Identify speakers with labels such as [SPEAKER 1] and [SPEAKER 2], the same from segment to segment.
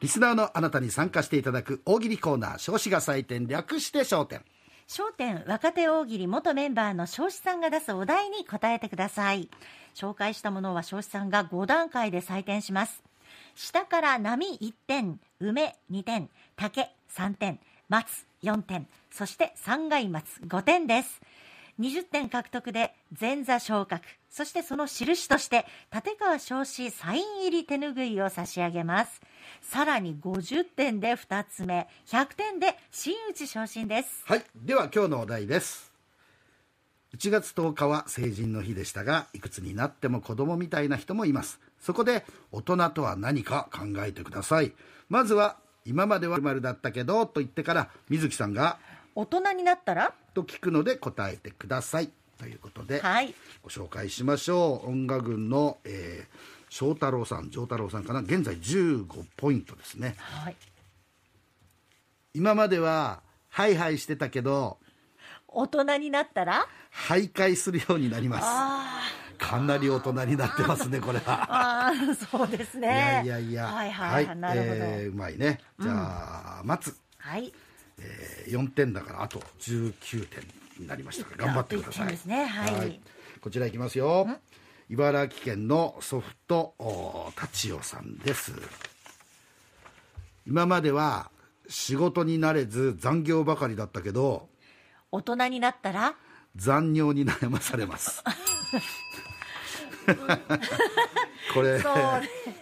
[SPEAKER 1] リスナーのあなたに参加していただく大喜利コーナー、少子が採点、略して焦点。
[SPEAKER 2] 焦点若手大喜利元メンバーの彰子さんが出すお題に答えてください紹介したものは彰子さんが5段階で採点します下から波1点梅2点竹3点松4点そして三階松5点です20点獲得で前座昇格そしてその印として立川昇子サイン入り手ぬぐいを差し上げますさらに50点で2つ目100点で真打ち昇進です
[SPEAKER 1] はい。では今日のお題です。1月10日は成人の日でしたが、いくつになっても子供みたいな人もいます。そこで、大人とは何か考えてください。まずは、今までは〇だったけど、と言ってから、水木さんが、
[SPEAKER 2] 大人になったら
[SPEAKER 1] と聞くので答えてください。ということで、
[SPEAKER 2] はい
[SPEAKER 1] ご紹介しましょう。音楽軍の、えー翔太郎さん、丈太郎さんかな。現在15ポイントですね。
[SPEAKER 2] はい
[SPEAKER 1] 今までは、ハイハイしてたけど、
[SPEAKER 2] 大人になったら
[SPEAKER 1] 徘徊するようになります。
[SPEAKER 2] あ
[SPEAKER 1] かなり大人になってますね、これは。
[SPEAKER 2] あーそうですね
[SPEAKER 1] いやいやいや。
[SPEAKER 2] はいはい、なるほど、
[SPEAKER 1] えーうまいね。じゃあ、松、
[SPEAKER 2] はい
[SPEAKER 1] えー、4点だから、あと19点になりましたから、頑張ってくだ
[SPEAKER 2] あと1
[SPEAKER 1] さ
[SPEAKER 2] 点
[SPEAKER 1] い。
[SPEAKER 2] ですねはい
[SPEAKER 1] こちらいきますよ。茨城県のソフト、お立ちさんです。今までは仕事になれず残業ばかりだったけど、
[SPEAKER 2] 大人になった ら
[SPEAKER 1] 残業に悩まされ ます。これ、
[SPEAKER 2] そうね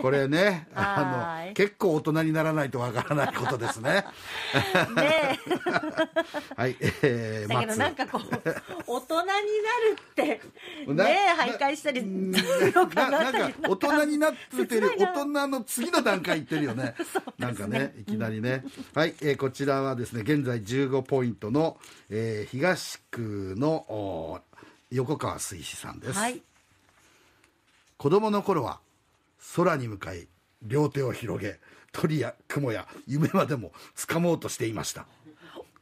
[SPEAKER 1] これね、
[SPEAKER 2] は
[SPEAKER 1] あ
[SPEAKER 2] い
[SPEAKER 1] の、結構大人にならないとわからないことですね。
[SPEAKER 2] ねえ
[SPEAKER 1] はい、えー、
[SPEAKER 2] だけど
[SPEAKER 1] 松
[SPEAKER 2] なんか こう大人になるって
[SPEAKER 1] な
[SPEAKER 2] ねえ徘徊したりどうか
[SPEAKER 1] な
[SPEAKER 2] なっ
[SPEAKER 1] な
[SPEAKER 2] た
[SPEAKER 1] ん
[SPEAKER 2] り
[SPEAKER 1] か大人になって てる
[SPEAKER 2] 切ない
[SPEAKER 1] 大
[SPEAKER 2] な
[SPEAKER 1] 人の次の段階いってるよ ねなんかねいきなりね、はい、えーこちらはですね現在15ポイントの、えー東区のおー横川水志さんです、
[SPEAKER 2] はい
[SPEAKER 1] 子供の頃は空に向かい両手を広げ鳥や雲や夢までも掴もうとしていました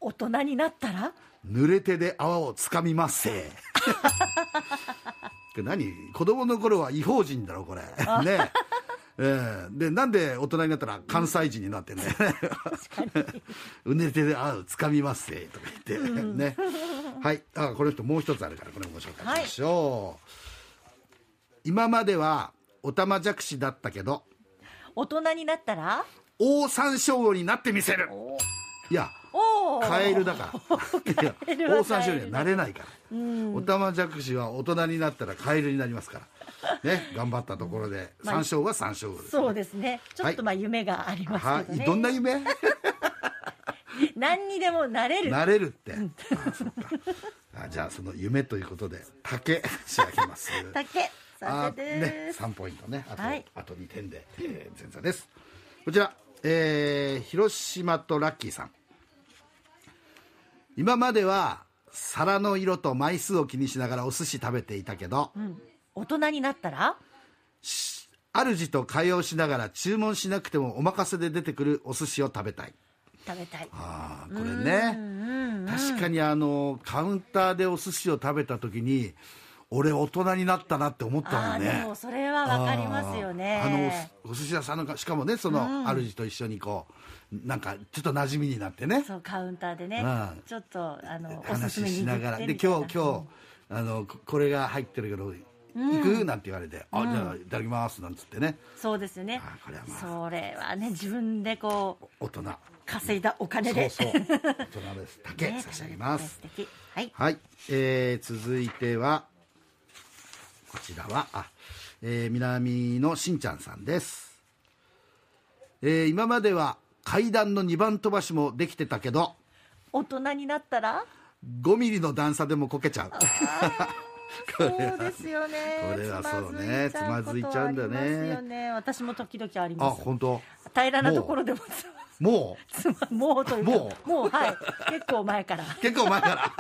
[SPEAKER 2] 大人になったら
[SPEAKER 1] 濡れ手で泡を掴みますせこれ何子供の頃は異邦人だろこれねええでなんで大人になったら関西人になってんだよね うね手で泡を掴みますせとか言って、ねはいあこの人もう一つあるからこれもご紹介しましょう、今まではおたまじゃくしだったけど
[SPEAKER 2] 大人になったら
[SPEAKER 1] オオサンショウウオになってみせる
[SPEAKER 2] お
[SPEAKER 1] いや
[SPEAKER 2] おー
[SPEAKER 1] カエルだ から。いや
[SPEAKER 2] エ、ルは
[SPEAKER 1] オオサンショウウオにはなれないから。オタマジャクシは大人になったらカエルになりますから。ね、頑張ったところで、
[SPEAKER 2] まあ
[SPEAKER 1] 山椒は山椒です。
[SPEAKER 2] そうですねちょっとまあ夢がありますけど
[SPEAKER 1] は
[SPEAKER 2] ね、
[SPEAKER 1] い、どんな夢
[SPEAKER 2] 何にでもなれる
[SPEAKER 1] なれるって。あ、そうか。あじゃあ、その夢ということで、竹、仕上げます。
[SPEAKER 2] だけさ
[SPEAKER 1] あ
[SPEAKER 2] て
[SPEAKER 1] ね
[SPEAKER 2] で、す、
[SPEAKER 1] 3ポイントねあと,、
[SPEAKER 2] はい
[SPEAKER 1] あと2点で、えー前座ですこちら、えー広島とラッキーさん今までは皿の色と枚数を気にしながらお寿司食べていたけど、
[SPEAKER 2] 大人になったら
[SPEAKER 1] 主と会話をしながら注文しなくてもお任せで出てくるお寿司を食べたい
[SPEAKER 2] 食べたい
[SPEAKER 1] ああこれね確かにあのカウンターでお寿司を食べた時に俺大人になったなって思った
[SPEAKER 2] あ
[SPEAKER 1] も
[SPEAKER 2] あ
[SPEAKER 1] んね
[SPEAKER 2] でもそれはわかりますよね
[SPEAKER 1] あーあのお寿司屋さんのかしかもねその、主と一緒にこうなんかちょっと馴染みになってね
[SPEAKER 2] そうカウンターでね
[SPEAKER 1] うん
[SPEAKER 2] ちょっとあのおすす
[SPEAKER 1] 話
[SPEAKER 2] め
[SPEAKER 1] しながらで今日今日あのここれが入ってるけど行くなんて言われて「あじゃあいただきます」なんつってね
[SPEAKER 2] そうですよね
[SPEAKER 1] あこれはまあ
[SPEAKER 2] それはね自分でこう
[SPEAKER 1] 大人
[SPEAKER 2] 稼いだお金
[SPEAKER 1] そ
[SPEAKER 2] で
[SPEAKER 1] うそう 大人です竹差し上げます
[SPEAKER 2] 素敵はい
[SPEAKER 1] はい、えー続いてはこちらはあ、えー南のしんちゃんさんです、えー今までは階段の2番飛ばしもできてたけど
[SPEAKER 2] 大人になったら
[SPEAKER 1] 5ミリの段差でもこけち ゃうこ
[SPEAKER 2] そう
[SPEAKER 1] れは
[SPEAKER 2] ですよね
[SPEAKER 1] これはそうね
[SPEAKER 2] ことはありま
[SPEAKER 1] つま
[SPEAKER 2] すよ
[SPEAKER 1] ずいちゃうん
[SPEAKER 2] ね私も時々あり
[SPEAKER 1] あ
[SPEAKER 2] ます
[SPEAKER 1] 本当
[SPEAKER 2] 平らなところでも
[SPEAKER 1] も
[SPEAKER 2] つまもうというか
[SPEAKER 1] もう
[SPEAKER 2] もうはい結構前から
[SPEAKER 1] う結構前 から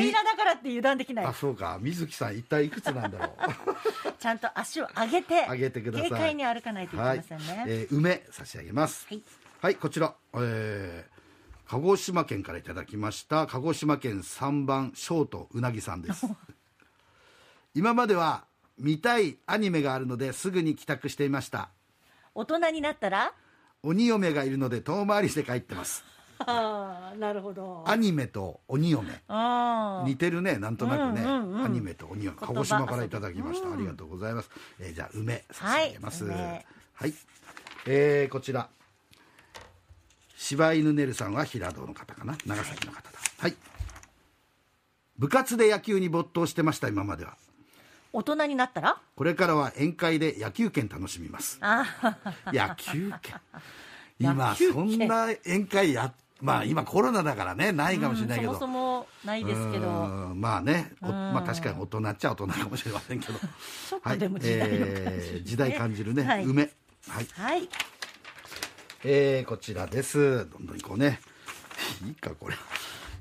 [SPEAKER 2] 平らだからって油断できない
[SPEAKER 1] あそうか水木さん一体いくつなんだろ
[SPEAKER 2] ちゃんと足を上げて
[SPEAKER 1] う上げてください
[SPEAKER 2] 軽快に歩か ないといけません
[SPEAKER 1] はい
[SPEAKER 2] ね
[SPEAKER 1] えー梅差し上げます
[SPEAKER 2] はい
[SPEAKER 1] はい、こちら、えー鹿児島県からいただきました鹿児島県3番ショートうなぎさんです今までは見たいアニメがあるのですぐに帰宅していました
[SPEAKER 2] 大人になったら
[SPEAKER 1] 鬼嫁がいるので遠回りして帰ってます
[SPEAKER 2] ああなるほど
[SPEAKER 1] アニメと鬼嫁
[SPEAKER 2] あ
[SPEAKER 1] 似てるねなんとなくね、
[SPEAKER 2] うんうんうん
[SPEAKER 1] アニメと鬼嫁
[SPEAKER 2] 言葉
[SPEAKER 1] 鹿児島からいただきました、
[SPEAKER 2] うん
[SPEAKER 1] ありがとうございます、えーじゃあ梅差し上げます
[SPEAKER 2] はい
[SPEAKER 1] は
[SPEAKER 2] 梅
[SPEAKER 1] い、えーこちら柴犬ねるさんは平戸の方かな長崎の方だはい部活で野球に没頭してました今までは
[SPEAKER 2] 大人になったら
[SPEAKER 1] これからは宴会で野球券楽しみ ます
[SPEAKER 2] あ
[SPEAKER 1] 野球 券
[SPEAKER 2] 野
[SPEAKER 1] 今
[SPEAKER 2] 球券
[SPEAKER 1] そんな宴会やまあ今コロナだからねないかもしれないけど、
[SPEAKER 2] うんそもそもないですけ
[SPEAKER 1] う
[SPEAKER 2] ど
[SPEAKER 1] ーんまあね、おまあ確かに大人っちゃ大人かもしれませんけど
[SPEAKER 2] ちょっとでも時代を感じるね
[SPEAKER 1] えー時代感じるね、
[SPEAKER 2] はい
[SPEAKER 1] 梅はい、
[SPEAKER 2] はい
[SPEAKER 1] えーこちらですどんどん行こうねいいかこれ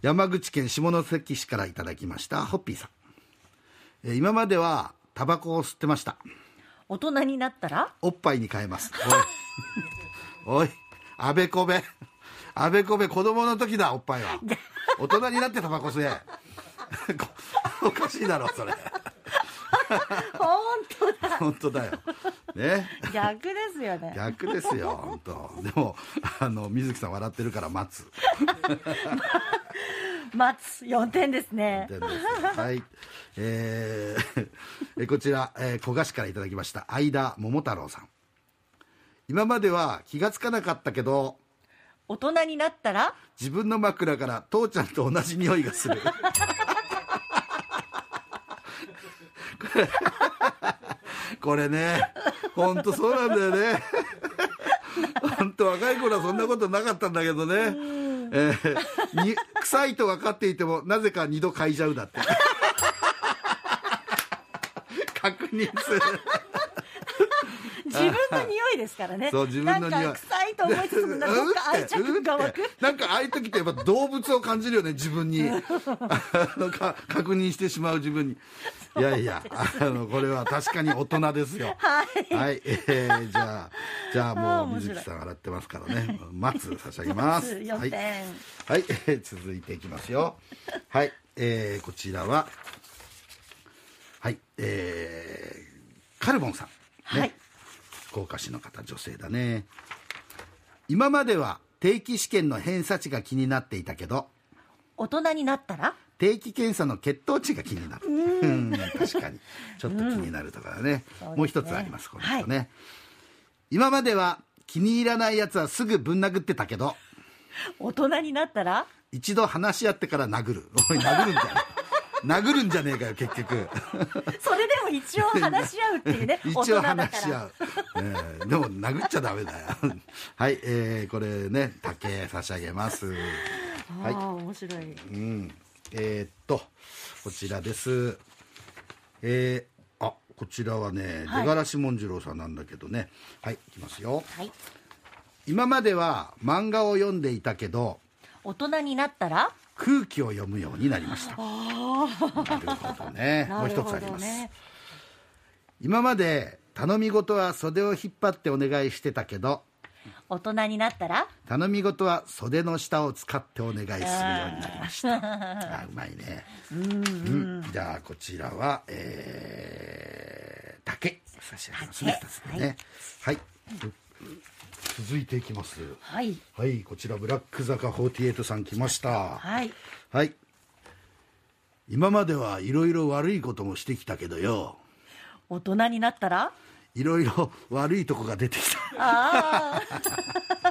[SPEAKER 1] 山口県下関市からいただきましたホッピーさん、えー今まではタバコを吸ってました
[SPEAKER 2] 大人になったら
[SPEAKER 1] おっぱいに変えますおいおいあべこべあべこべ子供の時だおっぱいは大人になってタバコ吸え おかしいだろそれ
[SPEAKER 2] 本当 だ
[SPEAKER 1] 本当だよ。ね。
[SPEAKER 2] 逆ですよね
[SPEAKER 1] 逆ですよ、本当。でも、あの、水木さん笑ってるから待つ。
[SPEAKER 2] 待つ4点ですね
[SPEAKER 1] でですはい。えー えこちら、えー、古賀市からいただきました、相田桃太郎さん。今までは気がつかなかったけど、
[SPEAKER 2] 大人になったら
[SPEAKER 1] 自分の枕から父ちゃんと同じ匂いがする。 これね、本当そうなんだよね。本当若い頃はそんなことなかったんだけどね。えーに臭いと分かっていてもなぜか二度嗅いじゃうだって。確認する。
[SPEAKER 2] 自分の匂いですから ね
[SPEAKER 1] そう自分の匂い
[SPEAKER 2] なんか臭いと思いつつもなんかどっか愛着が湧く
[SPEAKER 1] うんってなんかああいう時ってやっぱ動物を感じるよね自分にあの か確認してしまう自分にいやいやあのこれは確かに大人ですよはい、えーじゃあじゃあ
[SPEAKER 2] あー
[SPEAKER 1] もう
[SPEAKER 2] 面白い
[SPEAKER 1] 水木さん洗ってますからね待つ差し上げます
[SPEAKER 2] 4
[SPEAKER 1] はい
[SPEAKER 2] 点、
[SPEAKER 1] はい、えー続いていきますよ。はい、えーこちらは、はい、えーカルボンさん。
[SPEAKER 2] はい
[SPEAKER 1] 福岡市の方、女性だね。今までは定期試験の偏差値が気になっていたけど、
[SPEAKER 2] 大人になったら
[SPEAKER 1] 定期検査の血糖値が気になる。うん、 確かに。ちょっと気になるところだね。
[SPEAKER 2] そうですね
[SPEAKER 1] もう一つあります、この人ね。今までは気に入らないやつはすぐぶん殴ってたけど、
[SPEAKER 2] 大人になったら
[SPEAKER 1] 一度話し合ってから殴るおい殴るんじゃねえ 殴るんじゃねえかよ結局
[SPEAKER 2] それでも一応話し合うっていうね 大
[SPEAKER 1] 一
[SPEAKER 2] 人
[SPEAKER 1] 応
[SPEAKER 2] だから
[SPEAKER 1] 話し合う、ええでも殴っちゃダメだよはい、えーこれね竹差し上げます
[SPEAKER 2] あ
[SPEAKER 1] はい
[SPEAKER 2] あ面白い
[SPEAKER 1] うんえーっとこちらですえーあこちらはね、
[SPEAKER 2] はい
[SPEAKER 1] 出がらしもんじろうさんなんだけどねはいいきますよ
[SPEAKER 2] はい
[SPEAKER 1] 今までは漫画を読んでいたけど
[SPEAKER 2] 大人になったら
[SPEAKER 1] 空気を読むようになりましたなるほどねも
[SPEAKER 2] な
[SPEAKER 1] う
[SPEAKER 2] る
[SPEAKER 1] 一つ
[SPEAKER 2] ほ
[SPEAKER 1] あり
[SPEAKER 2] ど
[SPEAKER 1] ます、
[SPEAKER 2] ね
[SPEAKER 1] 今まで頼み事は袖を引っ張ってお願いしてたけど
[SPEAKER 2] 大人になったら
[SPEAKER 1] 頼み事は袖の下を使ってお願いするようになりま したあうまいねうんじゃあこちらはえー、竹差し上げますね
[SPEAKER 2] 竹
[SPEAKER 1] 二つ目ねはい、続いていきます
[SPEAKER 2] はい
[SPEAKER 1] はいこちらブラック坂48さん来ました
[SPEAKER 2] はい
[SPEAKER 1] はい今まではいろいろ悪いこともしてきたけどよ
[SPEAKER 2] 大人になったら
[SPEAKER 1] いろいろ悪いとこが出てきた
[SPEAKER 2] ああ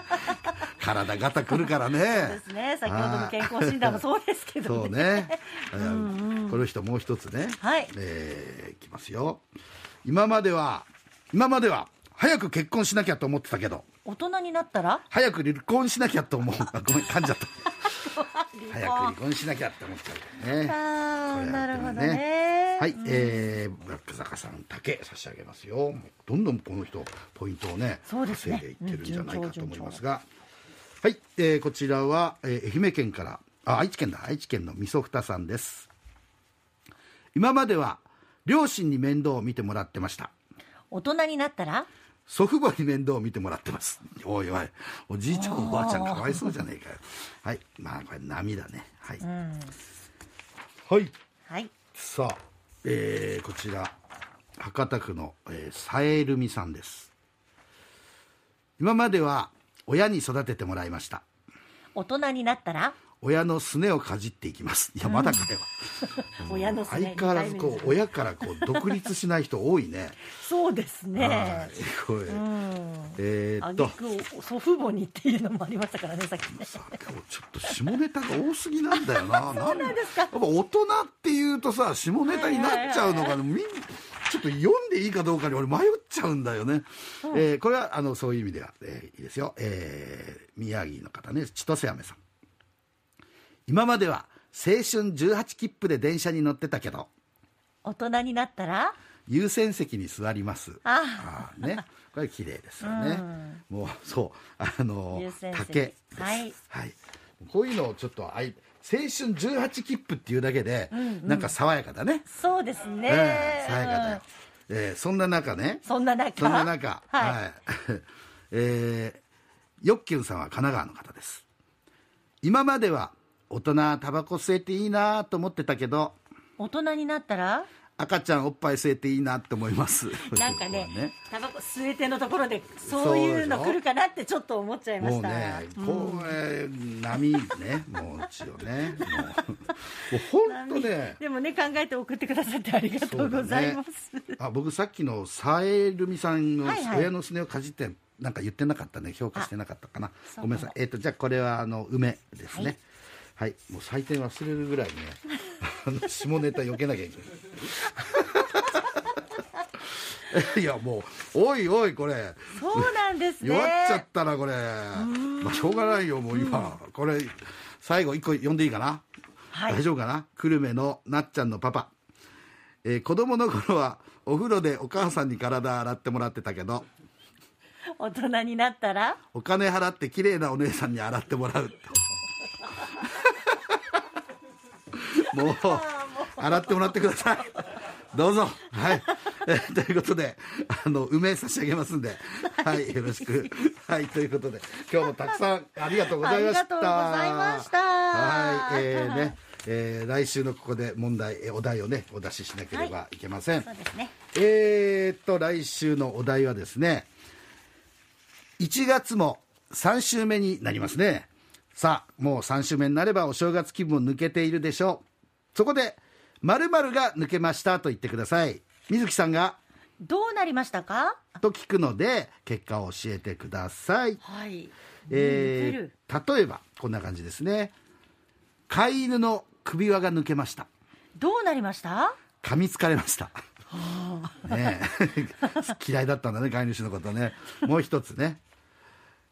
[SPEAKER 1] 体ガタくるからね
[SPEAKER 2] ですね先ほどの健康診断もそうですけ
[SPEAKER 1] そ
[SPEAKER 2] ど
[SPEAKER 1] うね、えーこの人もう一つね
[SPEAKER 2] はい
[SPEAKER 1] えーいきますよ今までは今までは早く結婚しなきゃと思ってたけど
[SPEAKER 2] 大人になったら
[SPEAKER 1] 早く離婚しなきゃと思うあごめん噛んじゃった早く離婚しなきゃって思ってたけどね
[SPEAKER 2] ああ
[SPEAKER 1] これ
[SPEAKER 2] な
[SPEAKER 1] や
[SPEAKER 2] る
[SPEAKER 1] って
[SPEAKER 2] ほ
[SPEAKER 1] も
[SPEAKER 2] ど
[SPEAKER 1] ね
[SPEAKER 2] ね
[SPEAKER 1] はい、えー、ブラック坂さんだけ差し上げますよどんどんこの人ポイントをね
[SPEAKER 2] そうですね
[SPEAKER 1] 稼いでいってるんじゃないかと思いますが、はい、えー、こちらは、えー愛媛県からあ愛知県だ愛知県のみそふたさんです今までは両親に面倒を見てもらってました
[SPEAKER 2] 大人になったら
[SPEAKER 1] 祖父母に面倒を見てもらってますおいおいおじいちゃんおばあちゃんかわいそうじゃねえかよはいまあこれ波だねはい、はい
[SPEAKER 2] はい
[SPEAKER 1] さあ、えーこちら博多区の、えー、サエルミさんです今までは親に育ててもらいました
[SPEAKER 2] 大人になったら
[SPEAKER 1] 親のすねをかじっていきますいやまだかよ、うん
[SPEAKER 2] 親のすね
[SPEAKER 1] 相変わらずこう親からこう独立しない人多い ね
[SPEAKER 2] そうです
[SPEAKER 1] は
[SPEAKER 2] ね
[SPEAKER 1] いこれ
[SPEAKER 2] うん
[SPEAKER 1] えー
[SPEAKER 2] あ
[SPEAKER 1] っ
[SPEAKER 2] げ
[SPEAKER 1] と
[SPEAKER 2] く祖父母にっていうのもありましたからねさっきね
[SPEAKER 1] さあ今日ちょっと下ネタが多すぎなんだよ ななん
[SPEAKER 2] なんですか
[SPEAKER 1] やっぱ大人っていうとさ下ネタになっちゃうのが、みんちょっと読んでいいかどうかに俺迷っちゃうんだよね、えーこれはあのそういう意味では、えーいいですよ、えー宮城の方ね千歳飴さん今までは青春18切符で電車に乗ってたけど
[SPEAKER 2] 大人になったら
[SPEAKER 1] 優先席に座ります
[SPEAKER 2] あ
[SPEAKER 1] あーねこれ綺麗ですよね、もうそうあの
[SPEAKER 2] 優先席
[SPEAKER 1] 竹です
[SPEAKER 2] はい
[SPEAKER 1] こういうのをちょっとあい青春18切符っていうだけで、なんか爽やかだね、
[SPEAKER 2] そうですね、
[SPEAKER 1] ええ爽やかだよ
[SPEAKER 2] うん、
[SPEAKER 1] えーそんな中ね
[SPEAKER 2] そんな中
[SPEAKER 1] そんな中
[SPEAKER 2] はい、
[SPEAKER 1] い えーよっきゅんさんは神奈川の方です今までは大人はタバコ吸えていいなと思ってたけど
[SPEAKER 2] 大人になったら
[SPEAKER 1] 赤ちゃんおっぱい吸えていいなって思います
[SPEAKER 2] なんかね
[SPEAKER 1] ここは
[SPEAKER 2] タバコ吸えてのところでそういうの来るかなってちょっと思っちゃいま
[SPEAKER 1] も
[SPEAKER 2] し
[SPEAKER 1] う
[SPEAKER 2] た
[SPEAKER 1] ね、
[SPEAKER 2] うん
[SPEAKER 1] これ波ね、もう一応ね、もう、もう本当ね、
[SPEAKER 2] でもね考えて送ってくださってありがとうございます、
[SPEAKER 1] そうだねあ僕さっきのサエルミさんの
[SPEAKER 2] はいはい
[SPEAKER 1] 親のすねをかじってなんか言ってなかったね評価してなかったかな
[SPEAKER 2] そうかも
[SPEAKER 1] ごめんなさいえっ、とじゃあこれはあの梅ですねはい、もう採点忘れるぐらいねあ の下ネタ避けなきゃいけない いやもうおいおいこれ
[SPEAKER 2] そうなんですね
[SPEAKER 1] 弱っちゃったなこれ、まあ、しょうがないよもう今、これ最後一個読んでいいかな、
[SPEAKER 2] はい
[SPEAKER 1] 大丈夫かな久留米のなっちゃんのパパ、えー子供の頃はお風呂でお母さんに体洗ってもらってたけど
[SPEAKER 2] 大人になったら
[SPEAKER 1] お金払って綺麗なお姉さんに洗ってもらう もう洗ってもらってくださいどうぞはいえーということであの梅差し上げますんではいよろしくはいということで今日もたくさんありがとうございました
[SPEAKER 2] ありがとうございました
[SPEAKER 1] はいえーね、えー来週のここで問題えーお題をねお出ししなければいけません、
[SPEAKER 2] そうですね
[SPEAKER 1] えー、っと来週のお題はですね1月も3週目になりますねさあもう3週目になればお正月気分も抜けているでしょうそこで「〇〇が抜けました」と言ってください水木さんが
[SPEAKER 2] どうなりましたか
[SPEAKER 1] と聞くので結果を教えてください、
[SPEAKER 2] はい抜け
[SPEAKER 1] え
[SPEAKER 2] る
[SPEAKER 1] ー例えばこんな感じですね飼い犬の首輪が抜けました
[SPEAKER 2] どうなりました
[SPEAKER 1] 噛みつかれました。ねえ 嫌いだったんだね飼い主のことねもう一つね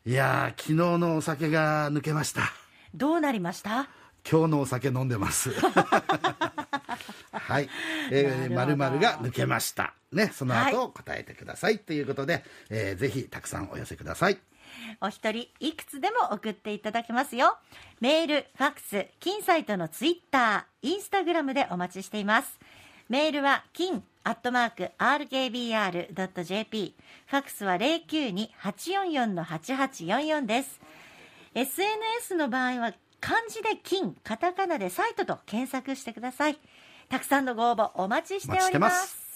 [SPEAKER 1] いやー昨日のお酒が抜けました
[SPEAKER 2] どうなりました
[SPEAKER 1] 今日のお酒飲んでます はい「えー、
[SPEAKER 2] なる
[SPEAKER 1] 〇
[SPEAKER 2] ほ
[SPEAKER 1] 〇
[SPEAKER 2] ど
[SPEAKER 1] が抜けました」ねその
[SPEAKER 2] は
[SPEAKER 1] 後答えてください、ということで、えーぜひたくさんお寄せください
[SPEAKER 2] お一人いくつでも送っていただけますよメールファックス金サイトのツイッターインスタグラムでお待ちしていますメールは金アットマーク RKBR.jp ファックスは092-844-8844です。SNS の場合は漢字で金、カタカナでサイトと検索してください。たくさんのご応募お待ちしており
[SPEAKER 1] お待ちして
[SPEAKER 2] ま
[SPEAKER 1] ますす